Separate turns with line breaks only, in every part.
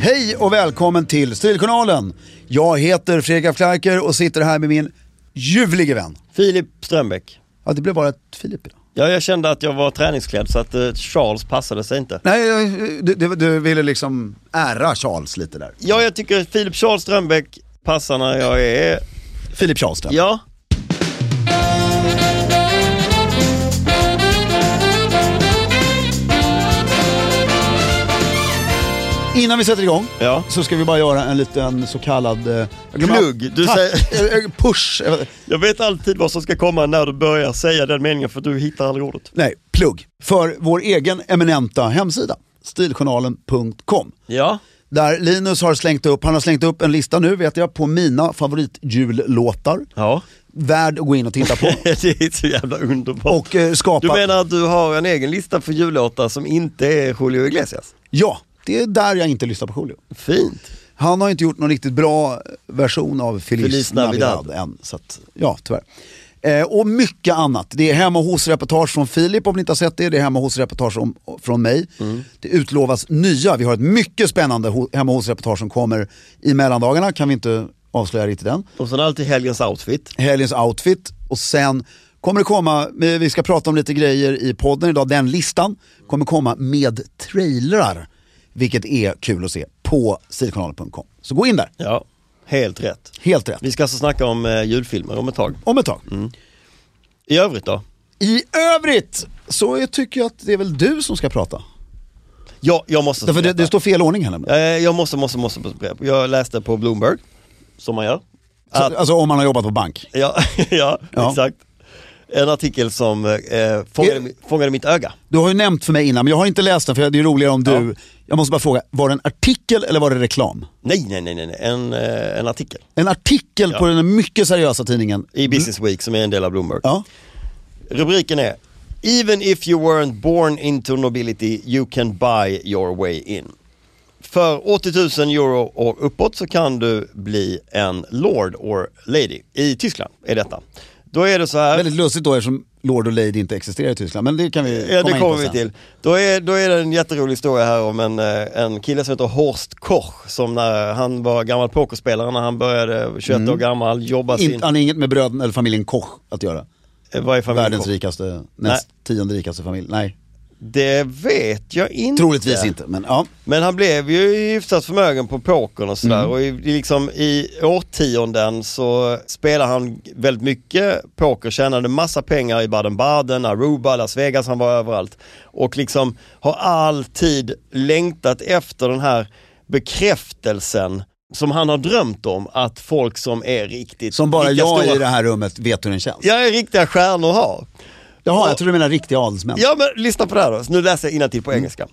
Hej och välkommen till Stiljournalen. Jag heter Fredrik af Klarker och sitter här med min ljuvlige vän.
Filip Strömbäck.
Ja, det blev bara ett Filip idag.
Ja, jag kände att jag var träningsklädd så att eh, Charles passade sig inte.
Nej, jag- du, du, du ville liksom ära Charles lite där.
Ja, jag tycker Filip Charles Strömbäck passar när jag är...
Filip Charles där.
Ja,
Innan vi sätter igång
ja.
så ska vi bara göra en liten så kallad... eh, jag glömmer-
Plugg. Du
Tack.
säger-
Eh, eh, Push. Eh,
Jag vet alltid vad som ska komma när du börjar säga den meningen för du hittar aldrig ordet.
Nej, plugg. För vår egen eminenta hemsida, stiljournalen.com.
Ja.
Där Linus har slängt upp, han har slängt upp en lista nu vet jag på mina favoritjullåtar.
Ja.
Värd att gå in och titta på.
Det är så jävla underbart.
och eh, skapa...
Du menar att du har en egen lista för jullåtar som inte är Julio Iglesias?
Ja, det är där jag inte lyssnar på Julio.
Fint.
Han har inte gjort någon riktigt bra version av Feliz,
Feliz
Navidad.
Navidad.
än. Så att, ja, tyvärr. Eh, och mycket annat. Det är hemma hos-reportage från Filip om ni inte har sett det. Det är hemma hos-reportage om- från mig.
Mm.
Det utlovas nya. Vi har ett mycket spännande ho- hemma hos-reportage som kommer i mellandagarna. Kan vi inte avslöja riktigt än.
Och sen alltid helgens outfit.
Helgens outfit och sen kommer det komma, eh, vi ska prata om lite grejer i podden idag. Den listan kommer komma med trailrar. Vilket är kul att se på stilkanalen.com. Så gå in där.
Ja, helt rätt.
Helt rätt.
Vi Mm. ska alltså snacka om eh, julfilmer om ett tag.
Om ett tag.
I övrigt då?
I övrigt så jag tycker jag att det är väl du som ska prata.
Ja, jag måste...
Därför det, det står fel ordning här nämligen.
Eh, Jag måste, måste, måste, måste. Jag läste på Bloomberg, som man gör.
Så,
Att,
alltså om man har jobbat på bank.
ja, ja,
Ja.
exakt. En artikel som eh, fångade, mi- fångade mitt öga.
Du har ju nämnt för mig innan men jag har inte läst den för det är roligare om du... Jag måste bara fråga, var det en artikel eller var det reklam?
Nej, nej, nej, nej, nej. En, eh, en artikel
En artikel på den mycket seriösa tidningen.
i Business Week som är en del av Bloomberg.
Mm. Ja.
Rubriken är Even if you weren't born into nobility you can buy your way in. För 80 000 euro och uppåt så kan du bli en lord or lady. I Tyskland är detta. Då är det så här.
Väldigt lustigt då eftersom Lord och Lady inte existerar i Tyskland. Men det kan vi
Ja,
komma
eh, det kommer
in
vi
på sen.
till. Då är, då är det en jätterolig historia här om en, eh, en kille som heter Horst Koch som när han var gammal pokerspelare när han började, 21
Mm.
år gammal, jobba sin...
In, han har inget med bröderna eller familjen Koch att göra.
Eh, Vad är familjen
Världens
Koch?
rikaste, näst tionde rikaste familj. Nej.
Det vet jag inte.
Troligtvis inte, men ja.
Men han blev ju hyfsat förmögen på pokern och
Mm.
sådär och i, i liksom, i årtionden så spelade han väldigt mycket poker, tjänade massa pengar i Baden-Baden, Aruba, Las Vegas, han var överallt. Och liksom har alltid längtat efter den här bekräftelsen som han har drömt om att folk som är riktigt
Som bara
lika
jag
stora,
i det här rummet vet hur den känns.
Ja, är riktiga stjärnor har.
Jaha, jag tror du menar riktiga adelsmän.
Ja, men lyssna på det här då. Så Nu läser jag innantill på engelska.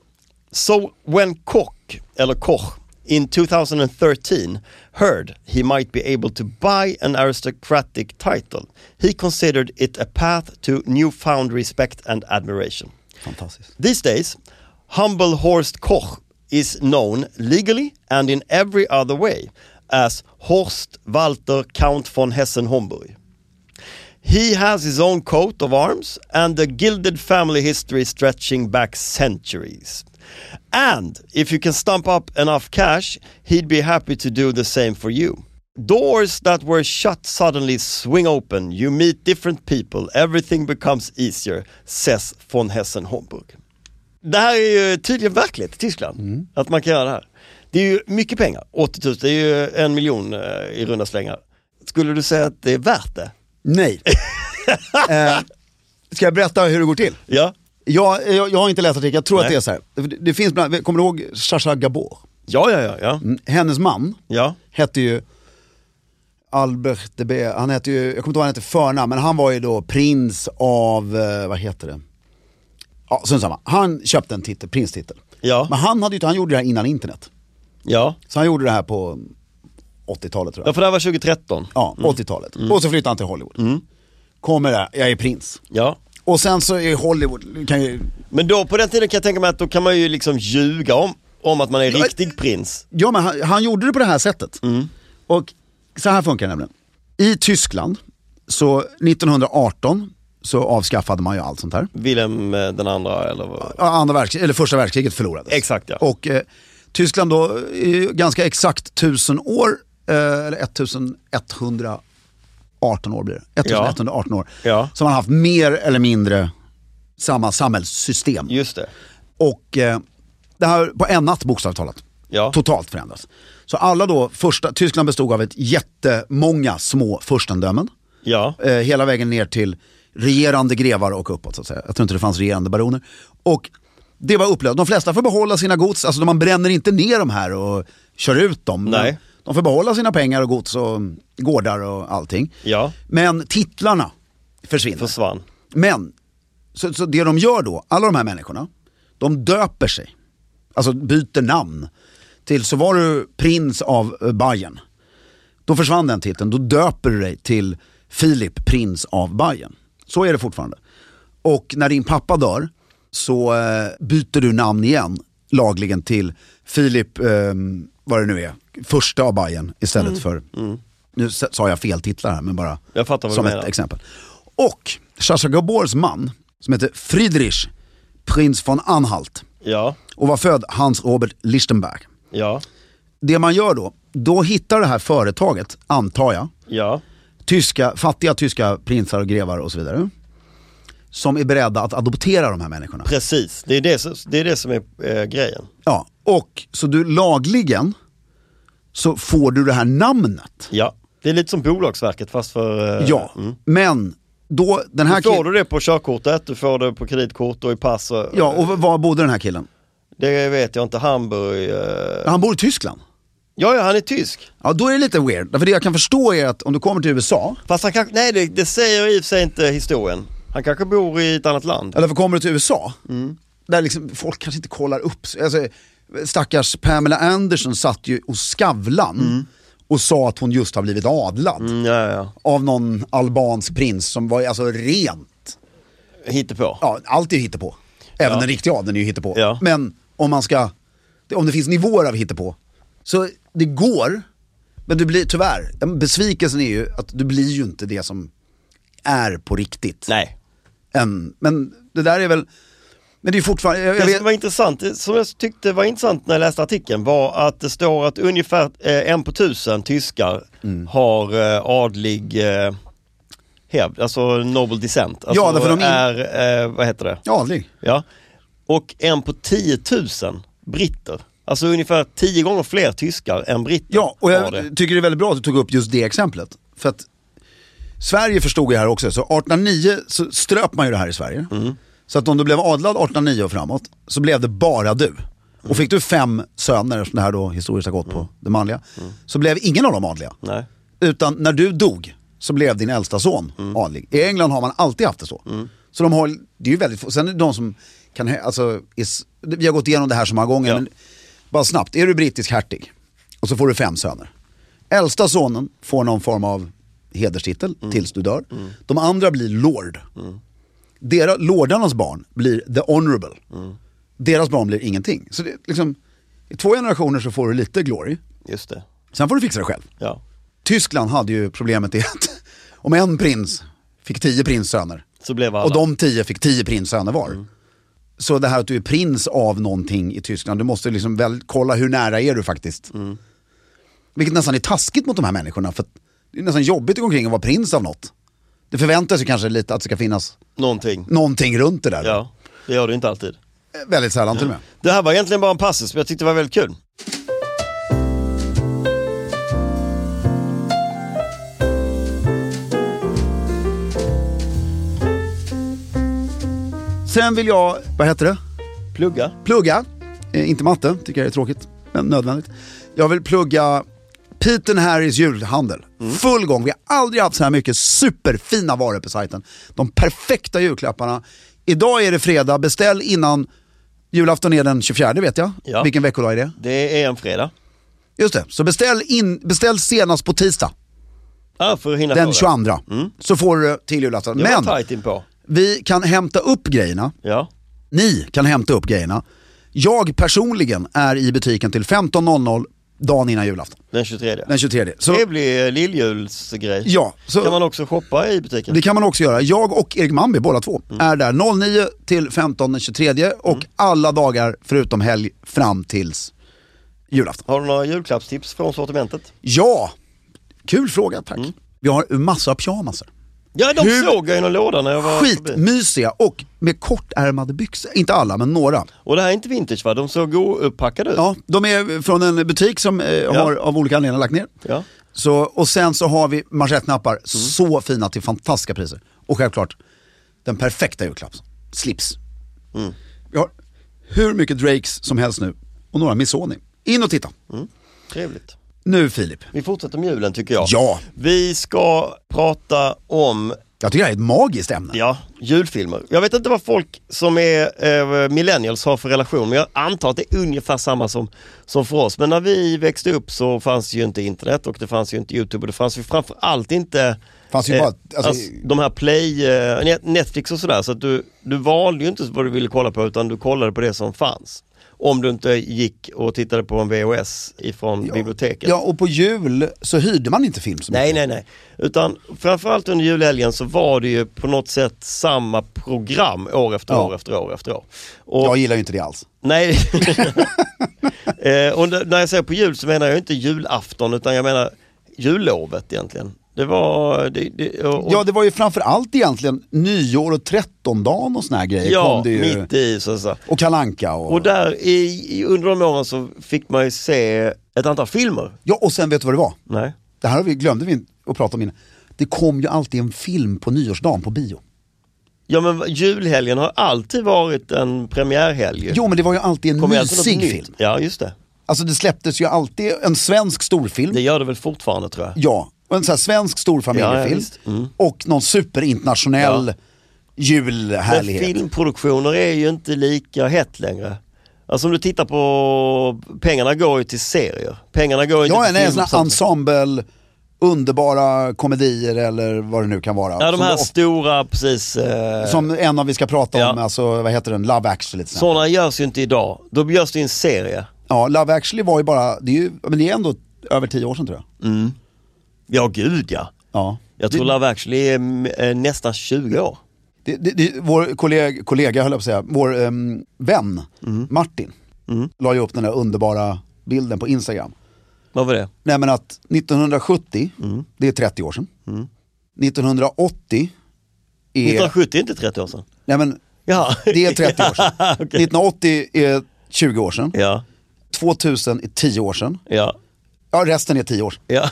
So when Koch, eller Koch, in 2013 heard he might be able to buy an aristocratic title, he considered it a path to newfound respect and admiration.
Fantastiskt.
These days, humble Horst Koch is known legally and in every other way as Horst Walter Count von Hessen-Homburg. He has his own coat of arms and a gilded family history stretching back centuries. And if you can stump up enough cash, he'd be happy to do the same for you. Doors that were shut suddenly swing open. You meet different people. Everything becomes easier, says von Hessen Homburg. Det här är ju tydligen verkligt i Tyskland, att man kan göra det här. Det är ju mycket pengar, 80 000, det är ju en miljon eh, i runda slängar. Skulle du säga att det är värt det?
Nej. eh, ska jag berätta hur det går till?
Ja.
Jag, jag, jag har inte läst artikeln, jag tror
Nej.
att det är så här. Det, det finns bland, kommer du ihåg Sacha Gabor?
Ja, ja, ja. ja.
Mm, Hennes man
ja.
hette ju Albert de B. Han hette ju, jag kommer inte ihåg vad han hette i förnamn, men han var ju då prins av, eh, vad heter det? Ja, strunt samma. Han köpte en titel, prinstitel.
Ja.
Men han, hade ju, inte- han gjorde det här innan internet.
ja.
Så han gjorde det här på 80-talet tror
Ja,
jag.
för det här var 2013.
Ja, 80-talet. Och så flyttade han till Hollywood. Kommer där, jag är prins.
Ja.
Och sen så är Hollywood, kan ju,
Men då på den tiden kan jag tänka mig att då kan man ju liksom ljuga om, om att man är riktig prins.
ja men han, han gjorde det på det här sättet. Och så här funkar det nämligen. I Tyskland, så 1918 så avskaffade man ju allt sånt här.
Wilhelm eh, den andra eller vad?
Ja, andra världskriget, eller första världskriget förlorades.
Exakt, ja.
Och eh, Tyskland då, är ju ganska exakt 1000 år, eh, eller 1118 år blir det. 1118 år.
Ja.
Som man haft mer eller mindre samma samhällssystem.
Just det.
Och eh, det här på en natt bokstavligt talat.
Ja.
Totalt förändras. Så alla då, första, Tyskland bestod av ett jättemånga små furstendömen
Ja.
eh, hela vägen ner till regerande grevar och uppåt så att säga. Jag tror inte det fanns regerande baroner. Och det var upplöst. De flesta får behålla sina gods, alltså man bränner inte ner de här och kör ut dem. Men
Nej.
De får behålla sina pengar och gods och gårdar och allting.
Ja.
Men titlarna försvinner.
Försvann.
Men, så, så det de gör då, alla de här människorna, de döper sig. Alltså byter namn. Till så var du prins av eh, Bayern. Då försvann den titeln, då döper du dig till Filip, prins av Bayern. Så är det fortfarande. Och när din pappa dör så eh, byter du namn igen lagligen till Filip, eh, vad det nu är, första av Bayern istället för, nu s- sa jag fel titlar här men bara
Mm. Jag fattar vad du
som
menar.
ett exempel. Och Sasha Gabors man, som heter Friedrich, prins von Anhalt
Ja.
och var född Hans Robert Lichtenberg.
Ja.
Det man gör då, då hittar det här företaget, antar jag,
Ja.
tyska, fattiga tyska prinsar och grevar och så vidare. Som är beredda att adoptera de här människorna.
Precis. Det är det, som- det, är det som är eh, grejen.
Ja, och så du lagligen så får du det här namnet.
Ja. Det är lite som Bolagsverket fast för... eh,
Ja, men då den här
Får du
killen...
det på körkortet, du får det på kreditkort och i pass. Och,
Ja, och var bodde den här killen?
Det vet jag inte. Hamburg. eh,
Han bor i Tyskland.
Ja, ja, han är tysk.
Ja, då är det lite weird. För det jag kan förstå är att om du kommer till USA,
Fast han kanske, nej det, det säger i och för sig inte historien. Han kanske bor i ett annat land.
eller för kommer du till USA, där liksom folk kanske inte kollar upp. Alltså, stackars Pamela Anderson satt ju och Skavlan och sa att hon just har blivit adlad.
Mm, Ja, ja,
Av någon albansk prins som var alltså rent,
ja. Hittepå.
ja allt är ju hittepå. Även den riktiga adeln är ju hittepå.
Ja.
Men om man ska, om det finns nivåer av hittepå. Så det går, men du blir tyvärr, besvikelsen är ju att du blir ju inte det som är på riktigt.
Nej.
än. Men det där är väl, men det är fortfarande, jag, jag
Det som var
vet,
intressant, det som jag tyckte var intressant när jag läste artikeln var att det står att ungefär eh, en på tusen tyskar
Mm.
har eh, adlig eh, hävd, alltså noble descent. Alltså
Ja, därför de in-
är, eh, vad heter det?
ja, aldrig.
Ja. och en på 10 000 britter. Alltså ungefär 10 gånger fler tyskar än britter.
Ja, och
har
jag
det.
tycker det är väldigt bra att du tog upp just det exemplet. För att Sverige förstod jag här också, så 1809 så ströp man ju det här i Sverige. Så att om du blev adlad 1809 och framåt så blev det bara du. Och fick du fem söner, som det här då historiskt har gått på, det manliga, så blev ingen av dem adliga.
Nej.
Utan när du dog så blev din äldsta son
Mm.
adlig. I England har man alltid haft det så. Så de har, det är ju väldigt få. Sen är det de som kan, hä- alltså, is, vi har gått igenom det här så många gånger.
Ja.
Men bara snabbt, är du brittisk hertig och så får du fem söner. Äldsta sonen får någon form av hederstitel
Mm.
tills du dör. De andra blir lord. Dera, lordarnas barn blir the honourable.
Mm.
Deras barn blir ingenting. Så det, är liksom, i två generationer så får du lite glory.
Just det.
Sen får du fixa det själv.
Ja.
Tyskland hade ju problemet i att om en prins fick tio prinssöner
Så blev alla.
och de tio fick tio prinssöner var. Så det här att du är prins av någonting i Tyskland, du måste liksom väl kolla hur nära är du faktiskt. Vilket nästan är taskigt mot de här människorna för att det är nästan jobbigt att gå omkring och vara prins av något. Det förväntas ju kanske lite att det ska finnas
Någonting.
någonting runt det där.
Ja, det gör det inte alltid.
Eh, Väldigt sällan till och med.
Det här var egentligen bara en passus, men jag tyckte det var väldigt kul.
Sen vill jag, vad heter det?
Plugga.
plugga, eh, inte matte, tycker jag är tråkigt, men nödvändigt. Jag vill plugga Piten Harrys julhandel. Full gång, vi har aldrig haft så här mycket superfina varor på sajten. De perfekta julklapparna. Idag är det fredag, beställ innan julafton är den 24 vet jag.
Ja.
Vilken veckodag är det?
Det är en fredag.
Just det, så beställ, in, beställ senast på tisdag,
Ah, för att hinna
den
fråga.
22. Så får du till julafton.
Det var
Men
tajt inpå.
vi kan hämta upp grejerna
Ja.
Ni kan hämta upp grejerna. Jag personligen är i butiken till 15.00 dagen innan julafton.
Den 23.
Den 23. Så
Trevlig eh, lilljulsgrej.
Ja, så-
Kan man också shoppa i butiken?
det kan man också göra. Jag och Erik Mambi, båda två, är där 09 till 15 den 23 och alla dagar förutom helg fram tills julafton.
Har du några julklappstips från sortimentet?
Ja, kul fråga tack. Vi har massa pyjamaser.
Ja, de
Hur-
såg jag i någon låda när jag var förbi.
Skitmysiga och med kortärmade byxor. Inte alla, men några.
Och det här är inte vintage va? De såg uppackade ut.
Ja, de är från en butik som eh, har av olika anledningar lagt ner.
Ja. Mm.
Så, och sen så har vi manschettknappar, så fina till fantastiska priser. Och självklart, den perfekta julklapps, slips.
Mm.
Vi har hur mycket Drakes som helst nu och några Missoni. In och titta.
Mm. Trevligt.
Nu Filip,
Vi fortsätter med julen tycker jag.
Ja.
Vi ska prata om
jag tycker det här är ett magiskt ämne.
Ja, julfilmer. Jag vet inte vad folk som är eh, millennials har för relation, men jag antar att det är ungefär samma som, som för oss. Men när vi växte upp så fanns ju inte internet och det fanns ju inte YouTube och det fanns ju framförallt inte
Fanns ju
eh,
bara- alltså-
alltså, de här play, eh, Net- Netflix och sådär. Så att du, du valde ju inte vad du ville kolla på utan du kollade på det som fanns. Om du inte gick och tittade på en VHS ifrån biblioteket.
Ja, och på jul så hyrde man inte film så mycket.
Nej, nej, nej. Utan framförallt under julhelgen så var det ju på något sätt samma program år efter
Ja.
år efter år efter år. Och,
Jag gillar ju inte det alls.
Nej. eh, och n- när jag säger på jul så menar jag inte julafton utan jag menar jullovet egentligen. Det var... Det, det, och, och-
Ja, det var ju framförallt egentligen nyår och trettondagen och såna här grejer.
ja
kom det ju.
mitt i så, så.
Och kalanka och...
Och där i, i, under de åren så fick man ju se ett antal filmer.
Ja, och sen vet du vad det var?
Nej.
Det här har vi, glömde vi att prata om innan. Det kom ju alltid en film på nyårsdagen på bio.
Ja men julhelgen har alltid varit en premiärhelg. ju.
Jo men det var ju alltid en
Kommer ju alltid något
mysig
nytt.
film.
Ja just det.
Alltså det släpptes ju alltid en svensk storfilm,
Det gör det väl fortfarande tror jag.
ja, och en sån här svensk
Ja, ja,
storfamiljefilm.
visst. Mm.
Och någon superinternationell
Ja. Men
julhärlighet.
filmproduktioner är ju inte lika hett längre. Alltså om du tittar på, pengarna går ju till serier. Pengarna går ju inte
ja,
till
nej, en sån
film på
här
samma sätt.
ensemble, underbara komedier eller vad det nu kan vara.
Ja, de här
som,
stora, precis. Eh,
som en av vi ska prata om,
Ja.
alltså vad heter den, Love actually. till exempel.
sådana görs ju inte idag. Då görs det i en serie.
Ja, Love actually var ju bara, det är ju, men det är ändå över tio år sedan tror jag.
Ja, gud ja.
Ja.
Jag tror Love actually är mm, eh, nästan 20 år.
Det, det, det, vår kollega, kollega, höll jag på att säga, vår ehm, vän
Mm.
Martin la ju upp den där underbara bilden på Instagram.
Vad var det?
Nej men att 1970,
Mm.
det är 30 år sedan. 1980 är...
1970 är inte 30 år sedan.
Nej men
Ja.
Det är 30 år sedan. 1980 är 20 år sedan.
Ja,
2000 är 10 år sedan.
ja,
Ja, resten är 10 år sedan.
ja.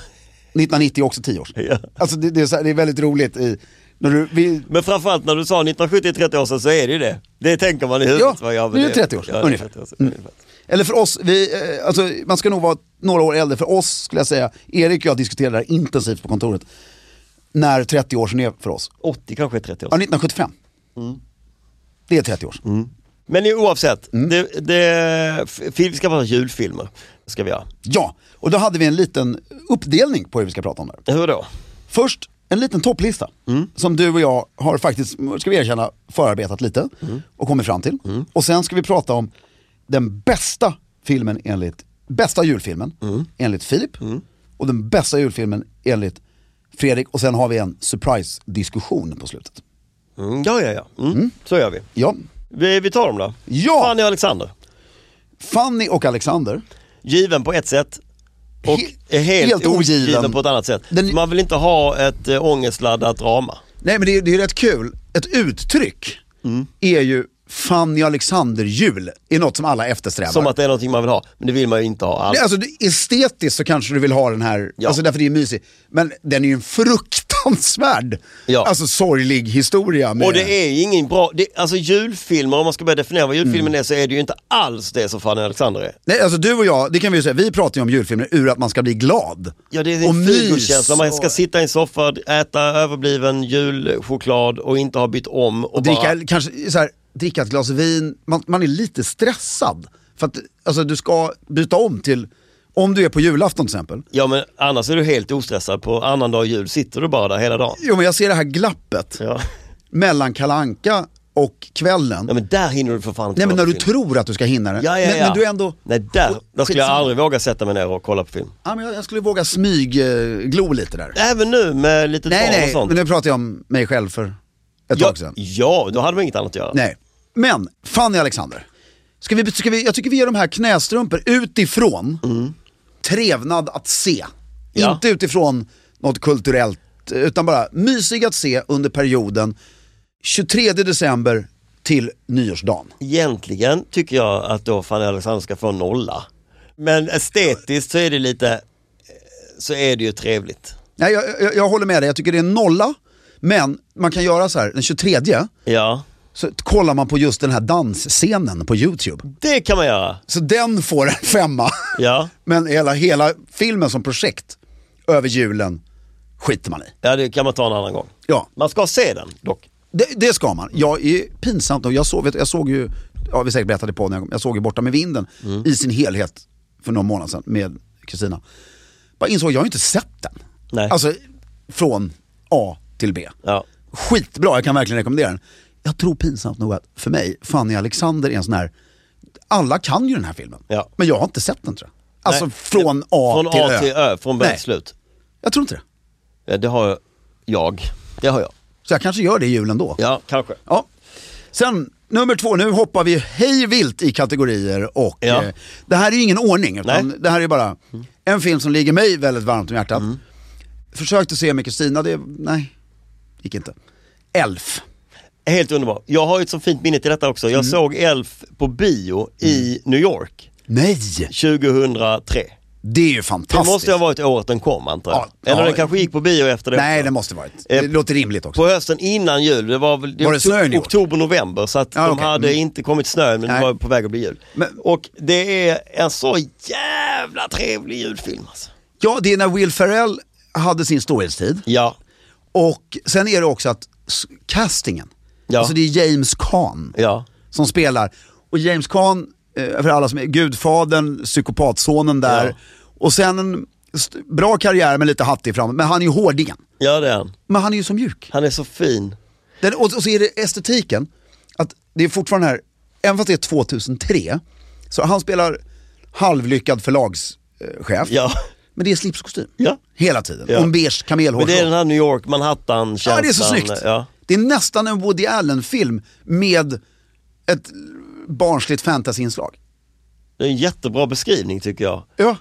1990 är också 10 år sedan.
Ja.
Alltså det, det, är så här, det är väldigt roligt i, när du, vi,
Men framförallt när du sa 1970 är 30 år sedan så är det ju det. Det tänker man i huvudet.
Ja,
va? men
det är 30 år sedan,
ja, det är
ungefär. Mm.
30 år sedan, ungefär.
eller för oss, vi, eh, alltså, man ska nog vara några år äldre. För oss skulle jag säga, Erik och jag diskuterade det här intensivt på kontoret. När 30 år sedan är för oss.
80 kanske är 30 år
Ja,
sedan.
1975. Det är 30 år sedan.
Men i- oavsett,
Mm.
det, det, f- vi ska prata julfilmer. Ska vi göra.
Ja, och då hade vi en liten uppdelning på hur vi ska prata om det här.
Hur då?
Först en liten topplista som du och jag har faktiskt, ska vi erkänna, förarbetat lite och kommit fram till. Och sen ska vi prata om den bästa filmen enligt, bästa julfilmen enligt Filip och den bästa julfilmen enligt Fredrik och sen har vi en surprise-diskussion på slutet.
Mm, ja, ja, ja. Mm. Så gör vi.
Ja,
vi. Vi tar dem då.
Ja!
Fanny och Alexander.
Fanny och Alexander,
Given på ett sätt och
He-
är helt,
helt
ogiven.
ogiven
på ett annat sätt.
Den-
Man vill inte ha ett äh, ångestladdat drama.
nej men det är, det är rätt kul, ett uttryck är ju Fanny Alexander-jul, är något som alla eftersträvar.
Som att det är någonting man vill ha, men det vill man ju inte ha alls.
Nej, alltså, det- estetiskt så kanske du vill ha den här,
Ja.
alltså, därför det är mysig. Men den är ju en fruktansvärd,
Ja.
alltså sorglig historia. Med,
Och det är ju ingen bra, det, alltså julfilmer, om man ska börja definiera vad julfilmen
Mm.
är så är det ju inte alls det som Fanny och Alexander är.
Nej, alltså du och jag, det kan vi ju säga, vi pratar ju om julfilmer ur att man ska bli glad.
Ja det är
Och
en filokänsla, man ska
och-
sitta i en soffa, äta överbliven julchoklad och inte ha bytt om. Och,
Dricka,
bara,
eller kanske så här, dricka ett glas vin, man, man är lite stressad. För att alltså, du ska byta om till, om du är på julafton till exempel.
ja men annars är du helt ostressad, på annan dag jul sitter du bara där hela dagen.
Jo men jag ser det här glappet
Ja.
mellan kalanka och kvällen.
ja men där hinner du för fan inte
Nej men när
kolla
du
på film.
tror att du ska hinna det.
Ja, ja,
men,
ja.
men du är ändå...
Nej där, där skulle jag
Skitsamma.
aldrig våga sätta mig ner och kolla på film.
Ja, men jag, jag skulle våga smygglo lite där.
Även nu med lite
Nej,
barn och
nej,
sånt.
men nu pratar jag om mig själv för ett
ja,
tag sedan.
ja, då hade man inget annat att göra.
Nej. Men, Fanny Alexander. Ska vi, ska vi, jag tycker vi ger de här knästrumpor utifrån trevnad att se.
Mm. Ja.
Inte utifrån något kulturellt, utan bara mysig att se under perioden 23 december till nyårsdagen.
Egentligen tycker jag att då Fanny Alexander ska få en nolla. Men estetiskt så är det lite, eh, så är det ju trevligt.
Nej, jag, jag, jag håller med dig, jag tycker det är en nolla. Men man kan göra så här, den 23
Ja,
så kollar man på just den här dansscenen på YouTube.
det kan man göra.
Så den får en femma.
Ja,
Men hela, hela filmen som projekt över julen skiter man i.
ja det kan man ta en annan gång.
Ja,
Man ska se den dock.
det, det ska man. Jag är pinsamt nog, jag, såg- vet du, jag såg ju, ja vi säkert berättade på när jag kom, jag såg ju Borta med vinden
Mm.
i sin helhet för någon månad sedan med Kristina. Bara insåg, jag har ju inte sett den.
Nej.
Alltså från A till B.
Ja.
Skitbra, jag kan verkligen rekommendera den. Jag tror pinsamt nog att för mig, Fanny Alexander är en sån här, alla kan ju den här filmen.
Ja.
Men jag har inte sett den tror jag. Alltså
Nej.
från A,
Från
till,
A
Ö.
till Ö, från början
Nej.
till slut.
Jag tror inte det.
Ja, Det har jag. jag. Det har jag.
Så jag kanske gör det i julen då.
Ja, kanske.
Ja. Sen nummer två, nu hoppar vi hej vilt i kategorier och
Ja.
eh, det här är ju ingen ordning utan
Nej. Mm.
det här är bara en film som ligger mig väldigt varmt om hjärtat. Försökte se med Kristina, det, nej, gick inte. Elf.
Helt underbar. Jag har ju ett så fint minne till detta också. Jag
Mm.
såg Elf på bio i New York
Nej,
2003.
det är ju
Det
fantastiskt.
måste ha varit året den kom antar jag.
Ja,
Eller
ja.
den kanske gick på bio efter det
Nej,
också.
det måste varit. Det
Eh,
låter rimligt också.
På hösten innan jul, det var väl
Var det snö i New York?
oktober, november så att
Ja,
de
okej. Mm.
hade inte kommit snö men
Nej.
det var på väg att bli jul.
Men-
Och det är en så jävla trevlig julfilm alltså.
Ja, det är när Will Ferrell hade sin storhetstid.
Ja,
Och sen är det också att s- castingen,
Ja.
alltså det är James Caan
ja,
som spelar. Och James Caan, eh, för alla som är gudfadern, psykopatsonen där.
Ja.
Och sen en st- bra karriär men lite hattig framåt. Men han är ju hårdingen.
ja det är han.
Men han är ju så mjuk.
Han är så fin.
Den, och, och så är det estetiken, att det är fortfarande här, även fast det är 2003, så han spelar halvlyckad förlagschef.
Ja.
Men det är slips och kostym.
Ja.
Hela tiden.
Ja.
Och en beige kamelhår.
Men det är den här New York, Manhattan-känslan.
Ja, det är så snyggt.
Ja.
Det är nästan en Woody Allen-film med ett barnsligt fantasyinslag.
Det är en jättebra beskrivning tycker jag.
Ja.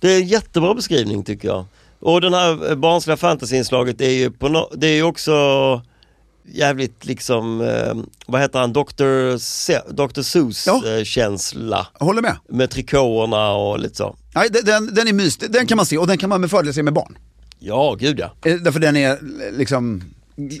Det är en jättebra beskrivning tycker jag. Och den här eh, barnsliga fantasyinslaget är ju på no- det är ju också jävligt liksom, eh, vad heter han, Dr. Se- Dr. Seuss
Ja.
eh, känsla.
Jag håller med.
Med trikåerna och lite så.
Nej, den- den, den är mysig, den kan man se och den kan man med fördel se med barn.
Ja, gud ja.
Eh, Därför den är eh, liksom gl-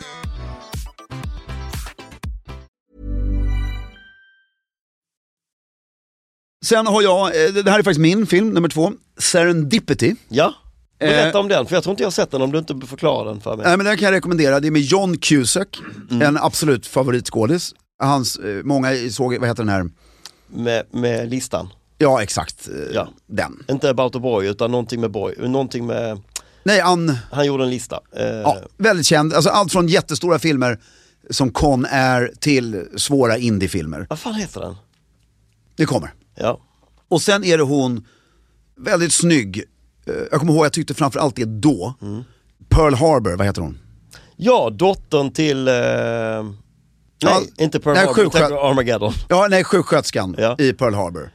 Sen har jag, eh, det här är faktiskt min film, nummer två, Serendipity.
Ja, berätta
Eh.
om den, för jag tror inte jag har sett den om du inte förklarar den för mig.
Nej, men den kan jag rekommendera, det är med John Cusack,
Mm.
en absolut favoritskådis. Hans, eh, många såg, vad heter den här,
Med, med listan.
ja exakt, eh,
Ja.
den.
Inte About a Boy, utan någonting med Boy, någonting med,
Nej, Ann,
han gjorde en lista. Eh,
ja, väldigt känd, alltså allt från jättestora filmer som Con Air till svåra indiefilmer.
Vad fan heter den?
Det kommer.
Ja.
Och sen är det hon, väldigt snygg, Eh, jag kommer ihåg jag tyckte framförallt det då, Pearl Harbor, vad heter hon?
ja, dottern till, eh, nej,
Ja,
inte Pearl
nej,
Harbor, utan
sjuksköt-
Armageddon.
Ja, nej, sjuksköterskan
Ja.
i Pearl Harbor.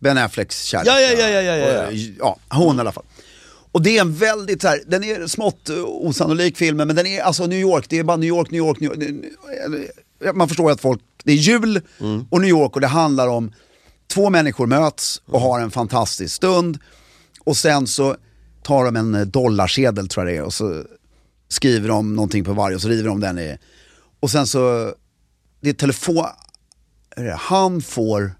Ben Afflecks kärlek.
Ja, ja, ja, ja, ja, ja.
Och, ja, hon i alla fall. Och det är en väldigt så här, den är smått eh, osannolik filmen, men den är alltså New York, det är bara New York, New York, New York. Eh, Man förstår ju att folk, det är jul
Mm.
och New York och det handlar om två människor möts och har en fantastisk stund och sen så tar de en eh, dollarsedel tror jag det är och så skriver de någonting på varje och så river de den i. Och sen så, det är telefon, är det? han får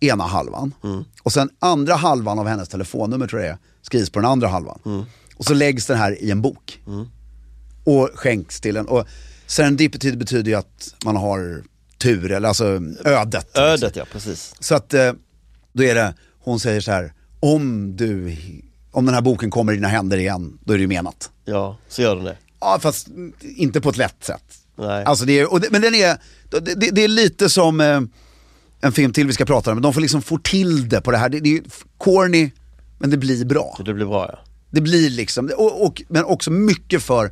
ena halvan och sen andra halvan av hennes telefonnummer tror jag det är, skrivs på den andra halvan. Och så läggs den här i en bok och skänks till en. Och serendipity betyder ju att man har tur, eller alltså ödet.
Ödet ja, precis.
Så att eh, då är det, hon säger så här, om, du, om den här boken kommer i dina händer igen, då är det ju menat.
Ja, så gör den det.
Ja, fast inte på ett lätt sätt.
Nej.
Alltså det är, och det, men den är, det, det- det är lite som eh, en film till vi ska prata om, men de får liksom få till det på det här. Det, det är f- corny, men det blir bra.
Det blir bra ja.
Det blir liksom, och, och, men också mycket för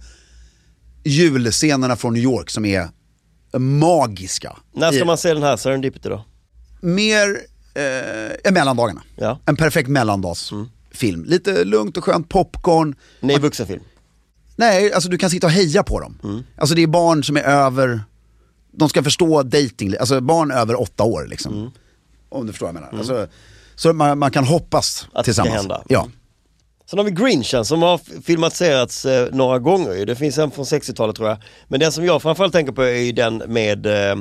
julscenerna från New York som är magiska.
När
I-
ska man se den här Serendipity då?
mer eh, än mellandagarna.
Ja.
En perfekt mellandagsfilm. Lite lugnt och skönt, popcorn.
Nej, vuxenfilm.
Nej, alltså du kan sitta och heja på dem.
Mm.
Alltså det är barn som är över, de ska förstå dating, alltså barn över åtta år liksom.
Mm.
Om du förstår vad jag menar. Alltså, så man, man kan hoppas
det ska
tillsammans.
hända.
Ja.
Sen har vi Grinchen som har f- filmatiserats eh, några gånger ju. Det finns en från 60-talet tror jag. Men den som jag framförallt tänker på är ju den med eh,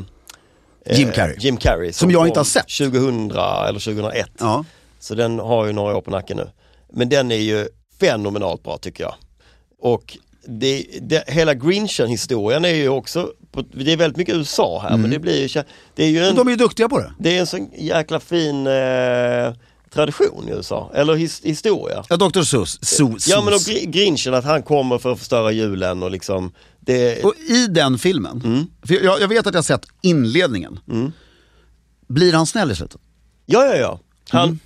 Jim Carrey.
Jim Carrey.
Som jag inte
kom
har sett.
2000 eller 2001.
Ja.
Så den har ju några år på nacken nu. Men den är ju fenomenalt bra tycker jag. Och det, det, hela Grinchen-historien är ju också, på, det är väldigt mycket USA här men det blir ju, det är ju en,
Mm. De är ju duktiga på det.
det är en sån jäkla fin eh, tradition i USA, eller his, historia.
Ja, Dr. Seuss. Seuss.
Ja men och Gr- Grinchen, att han kommer för att förstöra julen och liksom det,
Och i den filmen,
Mm.
för jag, jag vet att jag har sett inledningen, blir han snäll i slutet?
Ja ja ja, han,
Mm.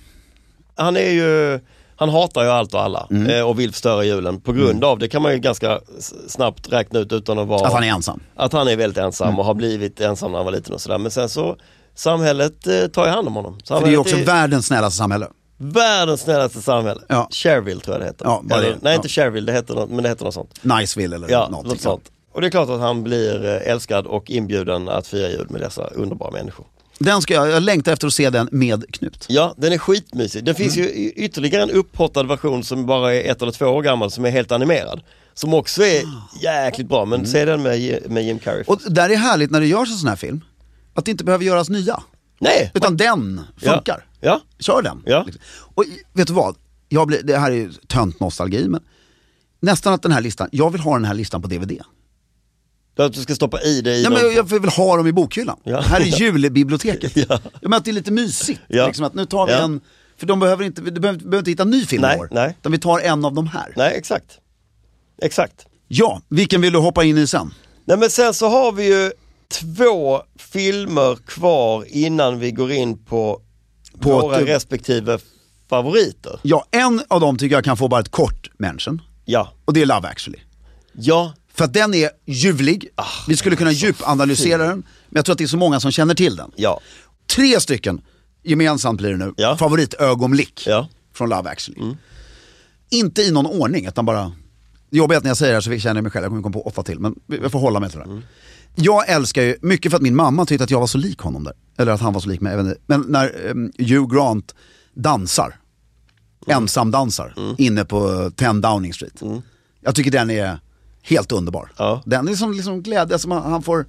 han är ju, han hatar ju allt och alla
Mm.
eh, och vill förstöra julen på grund av det kan man ju ganska s- snabbt räkna ut utan att vara
Att han är ensam. Mm.
att han är väldigt ensam och har blivit ensam när han var liten och sådär men sen så samhället eh, tar ju hand om honom.
För det är ju
Samhället
också världens snällaste samhälle.
världens snällaste samhälle.
Ja.
Cherville tror jag det heter.
Ja, bara det.
Eller, nej inte
Ja.
Cherville, det heter något, men det heter något sånt.
Niceville eller
Ja,
någonting.
något sånt. Och det är klart att han blir eh, älskad och inbjuden att fira jul med dessa underbara människor.
Den ska jag, jag längtar efter att se den med Knut.
Ja, den är
Mm.
skitmysig. Det finns ju y- ytterligare en upphottad version som bara är ett eller två år gammal som är helt animerad. Som också är jäkligt bra, men se den med, med Jim Carrey.
Ah. Mm. Och där är härligt när det görs en sån här film, att det inte behöver göras nya.
Nej!
Utan den funkar.
Ja. ja.
Kör den. Liksom.
Ja.
Och i- vet du vad? Jag blir, det här är ju tönt nostalgi, men nästan att den här listan, jag vill ha den här listan på DVD.
Det är Att du ska stoppa i dig i
Ja,
någon-
men jag vill ha dem i bokhyllan.
Ja.
Här är julbiblioteket. ja. Men att det är lite mysigt.
Ja.
Liksom att nu tar vi
Ja.
en, för de behöver inte, du behöver, behöver inte hitta en ny film
Nej,
i år.
nej.
Utan vi tar en av de här.
Nej, exakt. Exakt.
Ja, vilken vill du hoppa in i sen?
Nej men sen så har vi ju två filmer kvar innan vi går in på,
På
våra
ett-
respektive favoriter.
Ja, en av dem tycker jag kan få bara ett kort mention.
Ja.
Och det är Love actually.
Ja.
För att den är ljuvlig,
Ah,
vi skulle kunna djupanalysera den, men jag tror att det är så många som känner till den.
alltså, Ja.
Tre stycken, gemensamt blir det nu,
Ja.
favoritögonblick
Ja. Mm.
från Love actually. Inte i någon ordning, utan bara... Det jobbiga är att när jag säger det här så känner jag mig själv, jag kommer komma på åtta till, men jag får hålla mig till det. här.
Mm.
Jag älskar ju, mycket för att min mamma tyckte att jag var så lik honom där, eller att han var så lik mig, jag vet inte. men när um, Hugh Grant dansar, ensam dansar Mm. inne på 10 Downing Street. Jag tycker den är helt underbar.
Ja.
Den är som liksom glädje, alltså man, han får...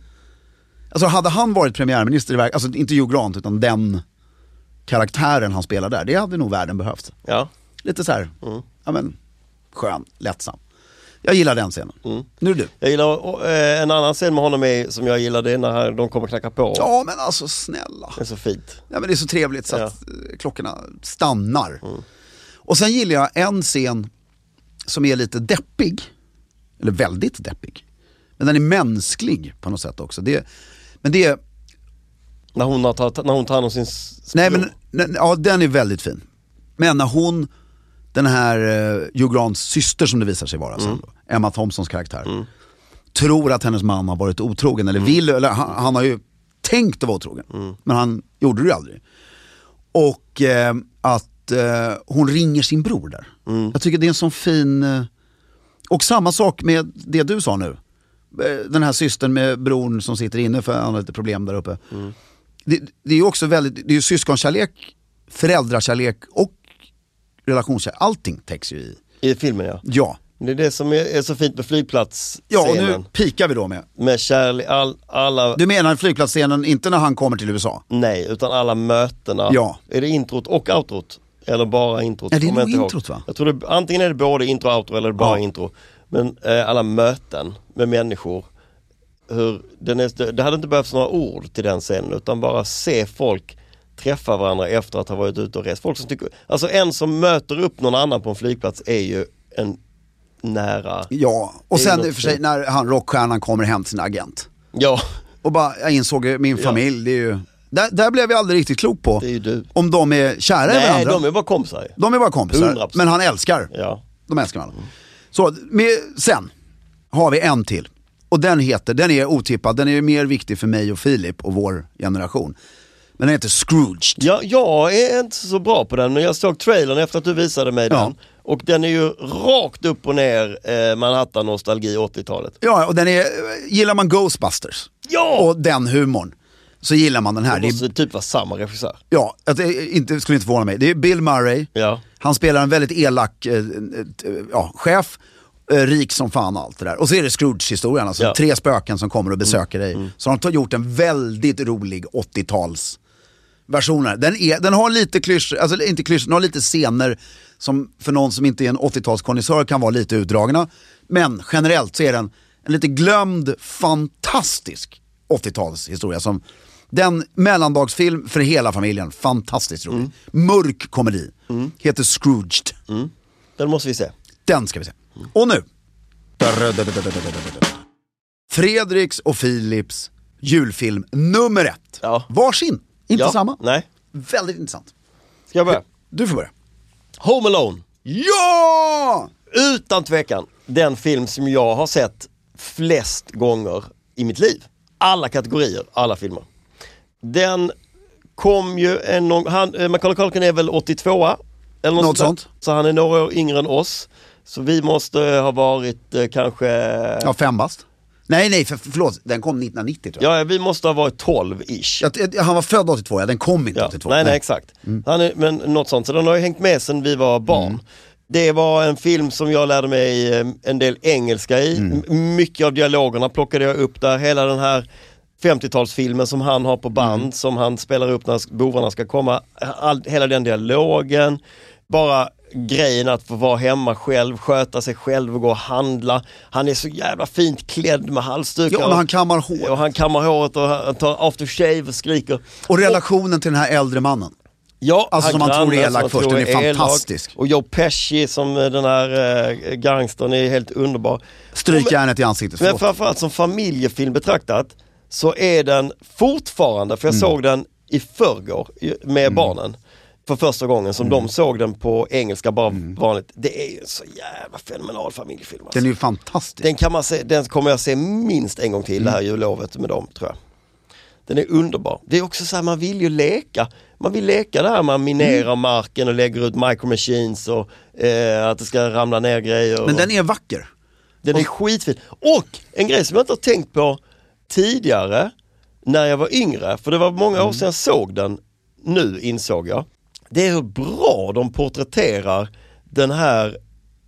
Alltså hade han varit premiärminister i verk- alltså inte Hugh Grant utan den karaktären han spelar där, det hade nog världen behövt.
Ja.
Lite så här, ja men skön, lättsam. Jag gillar den scenen. Nu är det du.
Jag gillar, och, eh, en annan scen med honom är, som jag gillar, det är när de kommer knacka på.
Ja men alltså snälla.
Det är så fint.
Ja, men det är så trevligt så att eh, klockorna stannar. Och sen gillar jag en scen som är lite deppig. Eller väldigt deppig. Men den är mänsklig på något sätt också. Det, men det är,
När hon, har tagit, när hon tar hand om sin s-
nej
bror.
men, nej, ja den är väldigt fin. Men när hon, den här eh, Hugh Grants syster som det visar sig vara sen, då, Emma Thompsons karaktär. Tror att hennes man har varit otrogen eller vill, eller han, han har ju tänkt att vara otrogen. Men han gjorde det ju aldrig. Och eh, att eh, hon ringer sin bror där. Jag tycker det är en sån fin... Eh, och samma sak med det du sa nu. Eh, Den här systern med bron som sitter inne för han har lite problem där uppe. Det, det är ju också väldigt, det är ju syskonkärlek, föräldrakärlek och relationskärlek. Allting täcks ju i.
I filmen ja.
Ja,
Det är det som är, är så fint med
ja och
flygplatsscenen.
nu pikar vi då med.
Med kärlek, all, alla,
Du menar flygplatsscenen, inte när han kommer till USA?
nej, utan alla mötena.
Ja.
Är det introt och outrot? Eller bara introt?
Nej, det är
Kommer jag
nog
inte ihåg.
introt, va?
Jag tror det, antingen är det både intro och outro eller bara
Ja.
intro. Men eh, alla möten med människor. Hur, den är, det hade inte behövts några ord till den scenen utan bara se folk träffa varandra efter att ha varit ute och rest. Folk som tycker, alltså en som möter upp någon annan på en flygplats är ju en nära,
Ja, och
Det är
sen
något
i och för sig
fint.
när han rockstjärnan kommer hem till sin agent.
ja,
Och bara, jag insåg ju, min familj, det är ju... Där, där blev jag aldrig riktigt klok på
det är ju du.
om de är kära i
Nej,
varandra.
de är bara kompisar.
De är bara kompisar,
100%.
men han älskar.
Ja.
De älskar varandra. Så, med, sen har vi en till. Och den heter, den är otippad, den är mer viktig för mig och Filip och vår generation. Men den heter Scrooge.
Ja, jag är inte så bra på den, men jag såg trailern efter att du visade mig
Ja.
den. Och den är ju rakt upp och ner eh, Manhattan-nostalgi 80-talet.
Ja, och den är, gillar man Ghostbusters
Ja!
och den humorn så gillar man den här.
det
Det är,
måste typ vara samma regissör.
ja, att det inte, skulle inte förvåna mig. Det är Bill Murray,
Ja.
han spelar en väldigt elak eh, eh, ja, chef, eh, rik som fan och allt det där. Och så är det Scrooge-historien, alltså
Ja.
tre spöken som kommer och besöker dig. Så de har gjort en väldigt rolig 80-tals version här. Den, är, den har lite klyschor, alltså inte klyschor, den har lite scener som för någon som inte är en 80-talskonnässör kan vara lite utdragna. Men generellt så är den en lite glömd, fantastisk 80-talshistoria som den mellandagsfilm för hela familjen, fantastiskt rolig. Mörk komedi, heter Scrooged.
Den måste vi se.
Den ska vi se. Och nu. Fredriks och Filips julfilm nummer ett.
Ja.
Varsin, inte
ja.
samma.
Nej.
Väldigt intressant.
Ska jag börja?
Du får börja.
Home Alone.
Ja!
Utan tvekan den film som jag har sett flest gånger i mitt liv. Alla kategorier, alla filmer. Den kom ju en någon, han, eh, Macaulay Culkin är väl 82 eller något,
Något sånt.
där. Så han är några år yngre än oss. Så vi måste eh, ha varit eh, kanske,
Ja, fem bast. Nej, nej, för, förlåt. Den kom 1990 tror jag.
ja vi måste ha varit 12-ish.
Jag- jag- Han var född 82, ja. Den kom inte
Ja.
82. Mm.
Nej, nej, exakt. Han är, men något sånt. Så den har ju hängt med sedan vi var barn. Det var en film som jag lärde mig eh, en del engelska i.
Mm.
M- Mycket av dialogerna plockade jag upp där. Hela den här 50-talsfilmen som han har på band,
Mm.
som han spelar upp när bovarna ska komma. All, hela den dialogen. Bara grejen att få vara hemma själv, sköta sig själv och gå och handla. Han är så jävla fint klädd med halsdukar.
Ja, och när han kammar hår.
Och han kammar håret och han tar aftershave och skriker.
Och relationen till den här äldre mannen.
Ja,
Alltså, som han tror är
grannar,
elak
som
först,
tror
den är
elak.
fantastisk.
Och Joe Pesci som eh, den här eh, gangstern är helt underbar.
Stryk
Men-
järnet i ansiktet.
Men
Förlåt.
framförallt som familjefilm betraktat så är den fortfarande,
Mm.
för jag såg den i förrgår i- med barnen för första gången som
Mm.
de såg den på engelska, bara vanligt. Det är ju en så jävla fenomenal familjefilm. Alltså.
Den är
Den,
ju fantastisk.
kan man se, den kommer jag se minst en gång till det här
Mm.
jullovet med dem tror jag. Den är underbar. Det är också så här, man vill ju leka. Man vill leka det här, man minerar
Mm.
marken och lägger ut micromachines och eh, att det ska ramla ner grejer.
Men
och-
den är vacker.
den är skitfin. Och en grej som jag inte har tänkt på tidigare när jag var yngre, för det var många år sedan jag såg den, nu insåg jag. Det är hur bra de porträtterar den här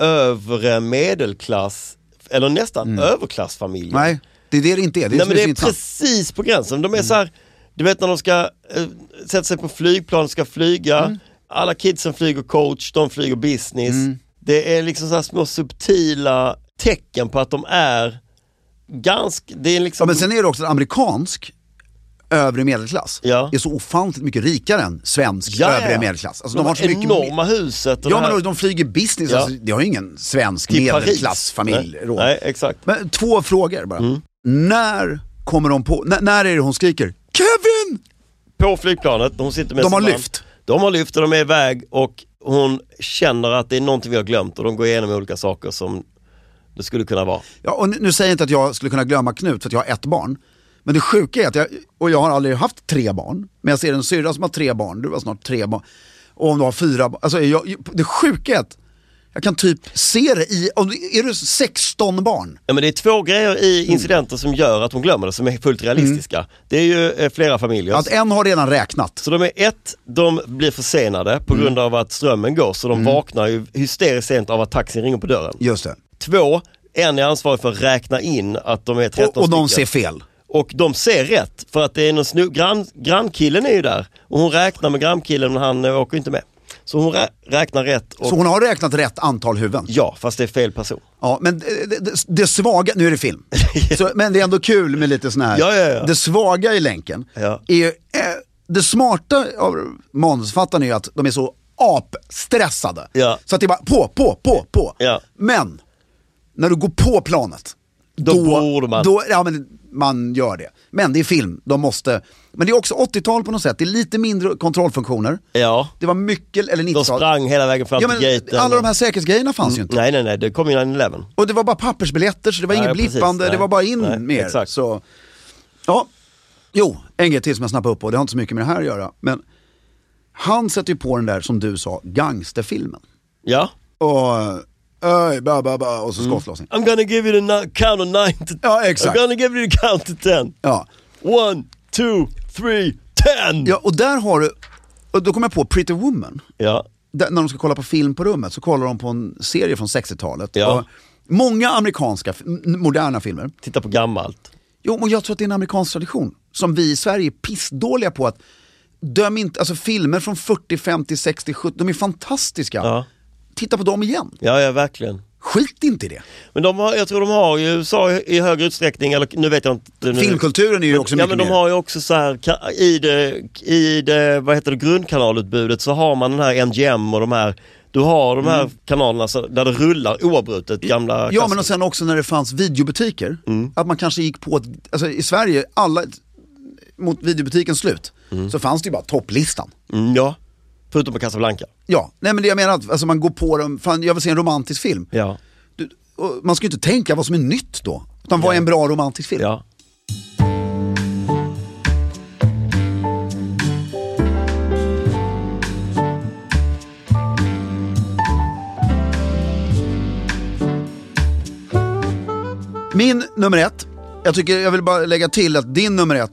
övre medelklass, eller nästan överklassfamiljen.
Nej, det är det det inte är. Det är,
Nej
det
men
som
det
är,
är
så intressant. Mm.
precis på gränsen. De är så här, du vet när de ska eh, sätta sig på flygplan, ska flyga,
Mm.
alla kidsen flyger coach, de flyger business.
Mm.
Det är liksom så här små subtila tecken på att de är ganska, det är
Ja,
liksom,
men sen är det också att amerikansk övre medelklass
Ja.
är så ofantligt mycket rikare än svensk
Ja, ja, ja.
övre medelklass. Alltså, de, har så
här
mycket
enorma huset och
Ja
det här-
men de flyger business,
Ja.
alltså, det har ju ingen svensk
till Paris.
medelklassfamilj
Nej,
råd.
nej, exakt. Mm.
Men två frågor bara. När kommer de på, n- när är det hon skriker Kevin?
På flygplanet, de sitter med
De
sin
har
man.
lyft.
De har lyft och de är iväg och hon känner att det är någonting vi har glömt och de går igenom olika saker som det skulle kunna vara.
Ja, och nu- nu säger jag inte att jag skulle kunna glömma Knut för att jag har ett barn. Men det sjuka är att jag, och jag har aldrig haft tre barn, men jag ser en syrra som har tre barn, du har snart tre barn. Och om du har fyra barn, alltså jag, det sjuka är att jag kan typ se det i, om, du- är du 16 barn?
Ja, men det är två grejer i
Mm.
incidenter som gör att hon glömmer det, som är fullt realistiska. Det är ju eh, flera familjer.
Att en har redan räknat.
så de är ett, de blir försenade
Mm.
på grund av att strömmen går så de vaknar ju hysteriskt sent av att taxin ringer på dörren.
Just det.
Två, en är ansvarig för att räkna in att de är 13
Och, och de ser
stycken.
fel.
Och de ser rätt för att det är någon snu- grann, grannkillen är ju där och hon räknar med grannkillen men han eh, åker inte med. Så hon rä- räknar rätt och
Så hon har räknat rätt antal huvuden.
ja, fast det är fel person.
Ja, men det, det, det svaga, nu är det film, så, men det är ändå kul med lite sån här,
Ja, ja, ja.
det svaga i länken
Ja.
är ju, eh, det smarta av manusförfattarna är ju att de är så apstressade.
Ja.
Så att det är bara på, på, på, på.
Ja.
Men, när du går på planet,
Då borde man.
Då, ja, men man gör det. Men det är film, de måste, men det är också 80-tal på något sätt, det är lite mindre kontrollfunktioner.
Ja,
Det var mycket, eller
de
90-tal.
sprang hela vägen fram
Ja,
till
men
gaten.
alla de här säkerhetsgrejerna fanns ju inte.
Nej, nej, nej, det kom ju 9-11.
Och det var bara pappersbiljetter så det var
Nej,
inget
precis.
blippande,
Nej.
det var bara in
Nej,
med er.
exakt.
Så, ja. Jo, en grej till som jag snappade upp på, det har inte så mycket med det här att göra. Men han sätter ju på den där, som du sa, gangsterfilmen.
Ja.
Och, öj, ba, ba, ba, och så
Mm.
skottlossning.
I'm gonna give you the ni- count of nine to
Ja, exakt.
I'm gonna give you the count to ten.
Ja.
One, two, three, ten!
ja, och där har du, och då kommer jag på Pretty Woman.
Ja.
Där, när de ska kolla på film på rummet så kollar de på en serie från 60-talet.
Ja.
Och många amerikanska, f- n- moderna filmer.
Titta på gammalt.
Jo, men jag tror att det är en amerikansk tradition som vi i Sverige är pissdåliga på att döm inte, alltså filmer från 40, 50, 60, 70, de är fantastiska.
Ja.
Titta på dem igen.
Ja, ja verkligen.
Skit inte i det.
Men de har, jag tror de har ju i USA i- i högre utsträckning, eller nu vet jag inte. Nu.
Filmkulturen är ju också
Ja
mycket
men de
mer.
har ju också så här, ka- i det, i det vad heter det, grundkanalutbudet så har man den här MGM och de här, du har de här kanalerna så, där det rullar oavbrutet gamla
Mm. Ja,
klassiker.
men och sen också när det fanns videobutiker,
Mm.
att man kanske gick på, ett, alltså i Sverige, alla, mot videobutikens slut, så fanns det ju bara topplistan.
mm, ja. Förutom på Casablanca.
Ja, nej men det jag menar att alltså, man går på dem, fan jag vill se en romantisk film.
Ja.
Du, och man ska ju inte tänka vad som är nytt då, utan vad är en bra romantisk film?
Ja.
Min nummer ett, jag tycker jag vill bara lägga till att din nummer ett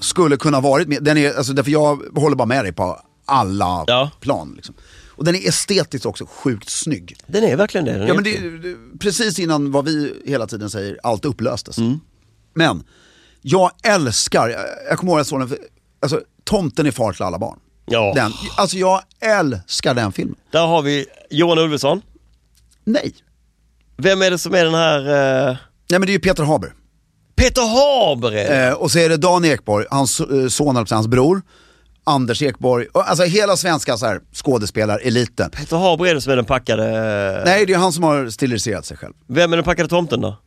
skulle kunna varit med. Den är, alltså, därför jag håller bara med dig på alla
Ja.
plan. Liksom. Och den är estetiskt också sjukt snygg.
Den är verkligen det. Den
Ja
är
men det,
inte-
det- precis innan vad vi hela tiden säger, allt upplöstes.
Mm.
Men jag älskar, jag, jag kommer ihåg att jag såg den, för- alltså Tomten är far till alla barn.
ja.
Den, alltså jag älskar den filmen.
Där har vi Johan Ulveson.
Nej,
Vem är det som är den här... eh,
nej men det är ju Peter Haber.
Peter Haber är det.
Eh, och så är det Dan Ekborg, hans eh, son, eller hans bror. Anders Ekborg, och alltså hela svenska så här, skådespelareliten.
Peter Haber är det som är den packade... eh,
Nej, det är han som har stiliserat sig själv.
Vem är den packade tomten då?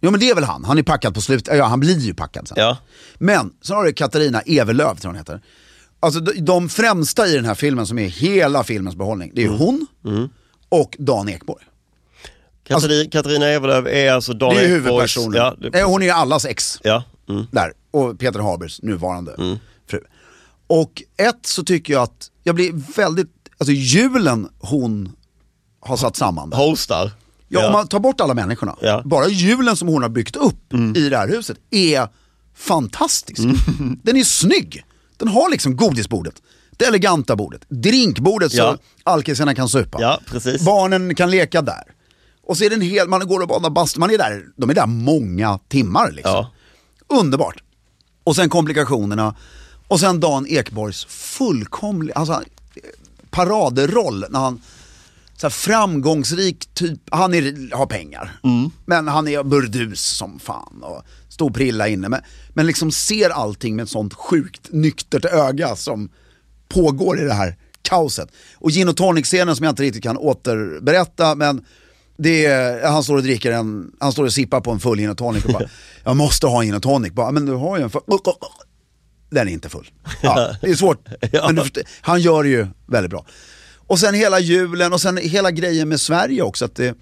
Jo men det är väl han, han är packad på slutet, ja han blir ju packad sen.
Ja.
Men sen har du Katarina Evelöv, tror jag hon heter. Alltså de, de främsta i den här filmen som är hela filmens behållning, det är
Mm.
ju hon och Dan Ekborg.
Katarina, Katarina Evelöv är alltså Dan
Alltså- Det är ju
Ekborgs-
huvudpersonen. Eh,
Ja,
Nej,
det,
hon är ju allas ex.
ja. Mm.
där. Och Peter Habers nuvarande fru. Och ett så tycker jag att, jag blir väldigt, alltså julen hon har satt samman. där.
Hostar.
Ja, Om man tar bort alla människorna,
Ja. Mm.
bara julen som hon har byggt upp i det här huset är fantastisk.
Mm.
Den är snygg. Den har liksom godisbordet, det eleganta bordet, drinkbordet
Ja.
så alkisarna kan supa.
Ja, precis.
Barnen kan leka där. Och så är den hel, man går och badar bastu, man är där, de är där många timmar liksom.
Ja.
Underbart. Och sen komplikationerna. Och sen Dan Ekborgs fullkomliga alltså, han- paraderoll när han så här framgångsrik typ, han är, har pengar. Men han är burdus som fan och står och prillar inne. Men, men liksom ser allting med ett sånt sjukt nyktert öga som pågår i det här kaoset. Och gin och tonic-scenen som jag inte riktigt kan återberätta men det är, han står och dricker en, han står och sippar på en full gin och tonic och bara Jag måste ha en gin och tonic, bara, men du har ju en full den är inte full. Ja, det är svårt, men du förstår, han gör det ju väldigt bra. Och sen hela julen och sen hela grejen med Sverige också. Att det,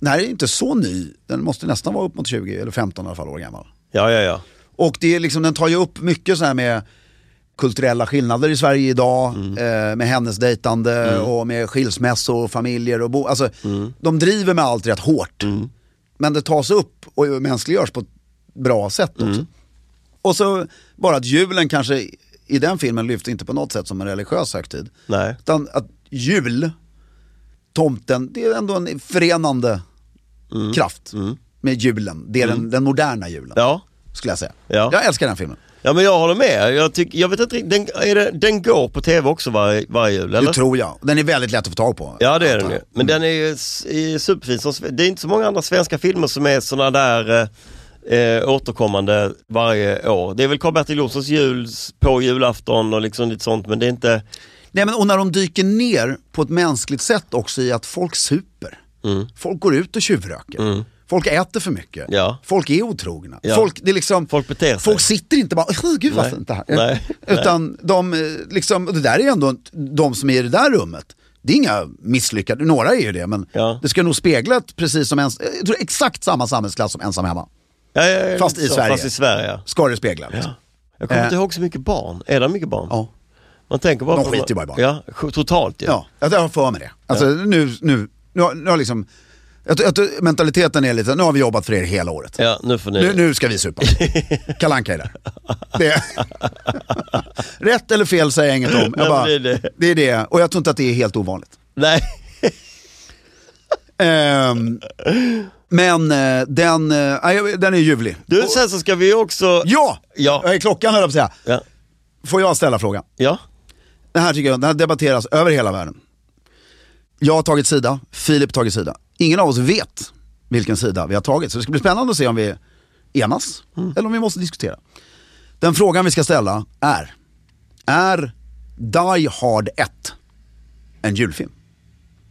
den här är ju inte så ny, den måste nästan vara upp mot 20 eller 15 i alla fall år gammal.
Ja, ja, ja.
Och det är liksom, den tar ju upp mycket så här med kulturella skillnader i Sverige idag,
Mm.
eh, med hennes dejtande och med skilsmässor och familjer och bo, alltså,
Mm.
De driver med allt rätt hårt. Men det tas upp och mänskliggörs på ett bra sätt också.
Mm.
Och så bara att julen kanske i- i den filmen lyfts inte på något sätt som en religiös högtid.
Nej.
Utan att jul, tomten, det är ändå en förenande kraft med julen. Det är den, den moderna julen
Mm. Ja.
skulle jag säga.
Ja.
Jag älskar den filmen.
Ja men jag håller med. Jag, tyck, jag vet inte riktigt, den, är det, den går på tv också varje, varje jul eller?
Det tror jag. Den är väldigt lätt att få tag på.
Ja det är den ju. Men den är ju s- i- superfin. som sve- Det är inte så många andra svenska filmer som är sådana där eh, eh, återkommande varje år. Det är väl Karl-Bertil Jonssons jul s- på julafton och liksom lite sånt men det är inte...
Nej, men, och när de dyker ner på ett mänskligt sätt också i att folk super.
Mm.
Folk går ut och tjuvröker. Folk äter för mycket.
Ja.
Folk är otrogna.
Ja.
Folk, det är liksom,
Folk beter sig.
Folk sitter inte bara, "Åh, gud vad
Nej.
fint det här
Nej.
Utan de, eh, liksom, och det där är ju ändå, de som är i det där rummet, det är inga misslyckade, några är ju det, men
Ja.
det ska nog spegla ett precis som, ens, jag tror exakt samma samhällsklass som ensam hemma.
Ja, ja, ja,
Fast
lite
i
så.
Sverige.
Fast i Sverige ja.
Ska det spegla. Liksom.
Jag kommer
Eh.
inte ihåg så mycket barn. Är det mycket barn?
Ja.
Man tänker bara
De
på-
skiter ju bara i barn.
Ja, sj- totalt ju.
Ja, jag har för mig det. Alltså nu, nu, nu, har, nu har liksom, jag, tror- jag, tror mentaliteten är lite, nu har vi jobbat för er hela året.
Ja, nu får ni...
Nu, nu ska vi supa. Kalanka är där. Det. Rätt eller fel säger jag inget om.
Nej,
Jag bara,
men det är det.
det är det. Och jag tror inte att det är helt ovanligt.
Nej.
Ehm, men eh, den, eh, nej, jag- den är ljuvlig.
Du, sen så ska vi ju också...
Ja!
Ja.
Eh, Klockan höll jag på att säga.
Ja.
Får jag ställa frågan?
Ja.
Den här tycker jag, den här debatteras över hela världen. Jag har tagit sida, Filip har tagit sida. Ingen av oss vet vilken sida vi har tagit. Så det ska bli spännande att se om vi enas
Mm.
eller om vi måste diskutera. Den frågan vi ska ställa är, är Die Hard 1 en julfilm?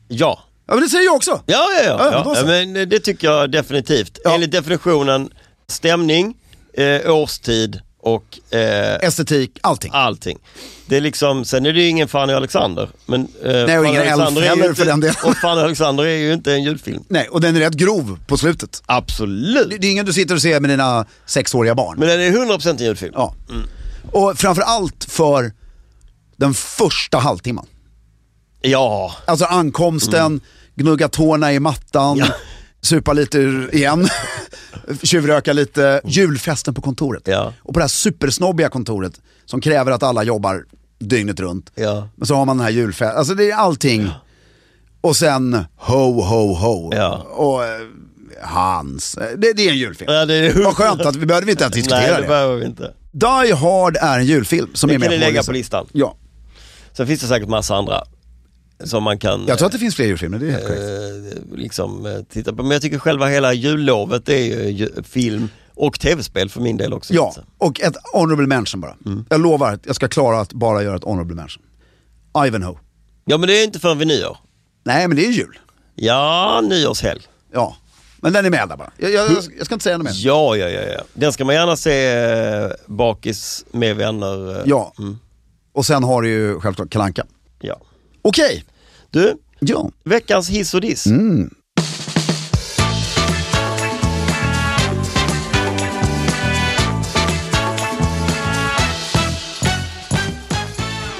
Ja.
Ja men det säger jag också!
Ja, ja, ja.
Ja, men
ja.
då så.
men eh, det tycker jag definitivt.
Ja.
Enligt definitionen stämning, eh, årstid och eh,
Estetik, allting.
allting. Det är liksom, sen är det ju ingen Fanny och Alexander. Men, eh, Nej,
ingen Elf heller för den delen.
Och Fanny och Alexander är ju inte en julfilm.
Nej, och den är rätt grov på slutet.
Absolut.
Det, det är ingen du sitter och ser med dina sexåriga barn.
Men Mm. den är 100% en julfilm.
Ja. Och framförallt för den första halvtimman.
ja.
Alltså ankomsten,
Mm.
gnugga tårna i mattan, supa lite ur igen, tjuvröka lite, julfesten på kontoret.
Ja.
Och på det här supersnobbiga kontoret som kräver att alla jobbar dygnet runt.
Ja.
Men så har man den här julfesten, alltså det är allting. Och sen ho, ho, ho.
Ja.
Och eh, Hans. Eh, Det, det är en julfilm.
Ja, det är-
Vad skönt att vi behövde inte ens diskutera
Nej,
det.
det behöver vi inte.
Die Hard är en julfilm som
Det
är med
kan ni
vår
lägga på listan.
Ja,
Sen finns det säkert massa andra som man kan
jag tror att det finns fler julfilmer, det är helt korrekt.
eh, liksom, eh, titta på. Men jag tycker själva hela jullovet är ju eh, ju film och tv-spel för min del också. Alltså.
Ja, och ett honorable mention bara. Jag lovar, att jag ska klara att bara göra ett honorable mention. Ivanhoe.
ja, men det är inte förrän vid nyår.
Nej, men det är jul.
Ja, nyårshelg.
Ja, men den är med där bara. Jag, jag, jag ska inte säga något mer.
Ja, ja, ja, ja. Den ska man gärna se eh, bakis med vänner. eh,
Ja. Och sen har du ju självklart Kalanka.
ja.
Okej,
Du,
ja.
veckans hiss och diss.
Mm.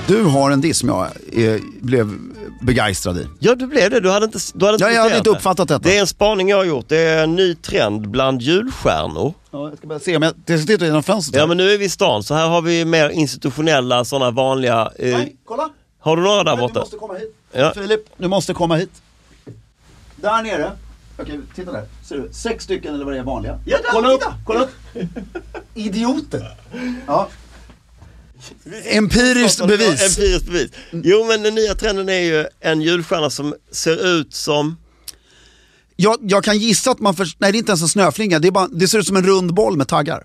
Du har en diss som jag eh, blev begeistrad i.
Ja, du blev det. Du hade inte, du hade inte,
Ja, jag hade
noterat
inte uppfattat detta.
Det är en spaning jag har gjort. Det är en ny trend bland julstjärnor.
Ja, jag ska bara se om jag... Jag ska titta genom fönstret.
Ja, men nu är vi i stan, så här har vi mer institutionella sådana vanliga... eh,
Nej, kolla!
Har du några där borta?
Du måste komma hit.
Ja.
Filip, du måste komma hit. Där nere. Okej, titta där. Ser du? Sex stycken eller vad det är vanliga. Ja, där, kolla upp, kolla upp. Idioter. Ja. Empiriskt bevis. Mm.
Empiriskt bevis. Jo, men den nya trenden är ju en julstjärna som ser ut som...
Jag, jag kan gissa att man... För... Nej, det är inte ens en snöflinga. Det, är bara, det ser ut som en rund boll med taggar.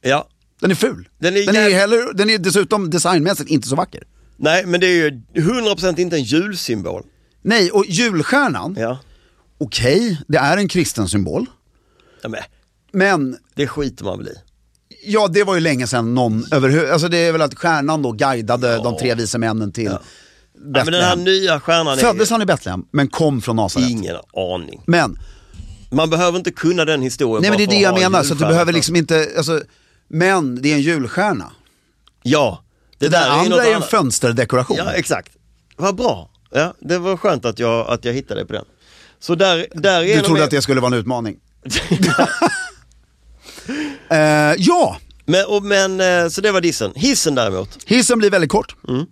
Ja,
Den är ful.
Den är
ju
jäv-
heller, den är dessutom designmässigt inte så vacker.
nej, men det är ju 100% inte en julsymbol.
Nej, och julstjärnan,
Ja.
okej, det är en kristen symbol.
ja men,
Men
det skiter man väl i.
ja, det var ju länge sedan någon överhuvud... Alltså det är väl att stjärnan då guidade de tre vise männen till
Ja, men den här
Betlehem.
nya stjärnan är
Föddes han i Betlehem, men kom från Nasaret.
ingen aning.
Men,
Man behöver inte kunna den historien.
nej men
bara
det är
för
det
ha
jag
en
menar, så att du
julstjärna.
behöver liksom inte... Alltså, men det är en julstjärna.
Ja, det,
Det, där,
ju något
andra är en
annat.
fönsterdekoration.
Ja, exakt. Vad bra. Ja, det var skönt att jag, att jag hittade på den. Så där, där
du trodde att det skulle vara en utmaning. Eh, ja,
men, och, men, eh, så det var dissen. Hissen däremot.
Hissen blir väldigt kort.
Mm.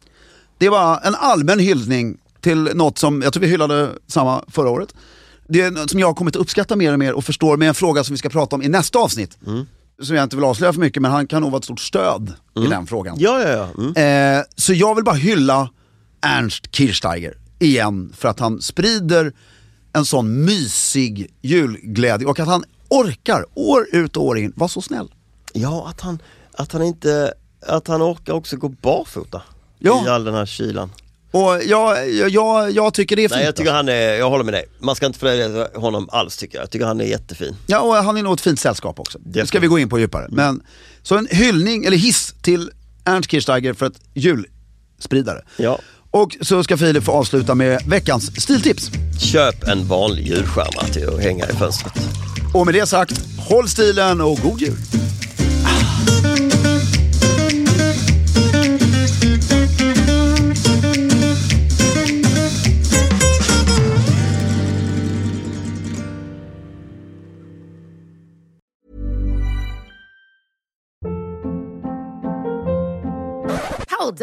Det var en allmän hyllning till något som, jag tror vi hyllade samma förra året. Det är något som jag har kommit att uppskatta mer och mer och förstår med en fråga som vi ska prata om i nästa avsnitt.
Mm.
Som jag inte vill avslöja för mycket men han kan nog vara ett stort stöd i den frågan.
Mm. Ja, ja, ja. Mm.
Eh, så jag vill bara hylla Ernst Kirchsteiger igen för att han sprider en sån mysig julglädje och att han orkar år ut och år in vara så snäll.
Ja, att han, att han inte, att han orkar också gå barfota.
Ja.
I all den här kylan.
Och jag, jag- jag, jag tycker det är fint.
Nej, jag
alltså.
tycker han är, jag håller med dig. Man ska inte förlöjliga honom alls tycker jag. Jag tycker han är jättefin.
Ja, och han är nog ett fint sällskap också. Det ska vi gå in på djupare. Men, så en hyllning, eller hiss till Ernst Kirchsteiger för ett julspridare.
Ja.
Och så ska Filip få avsluta med veckans stiltips.
Köp en vanlig julstjärna till att hänga i fönstret.
Och med det sagt, håll stilen och god jul!
Hold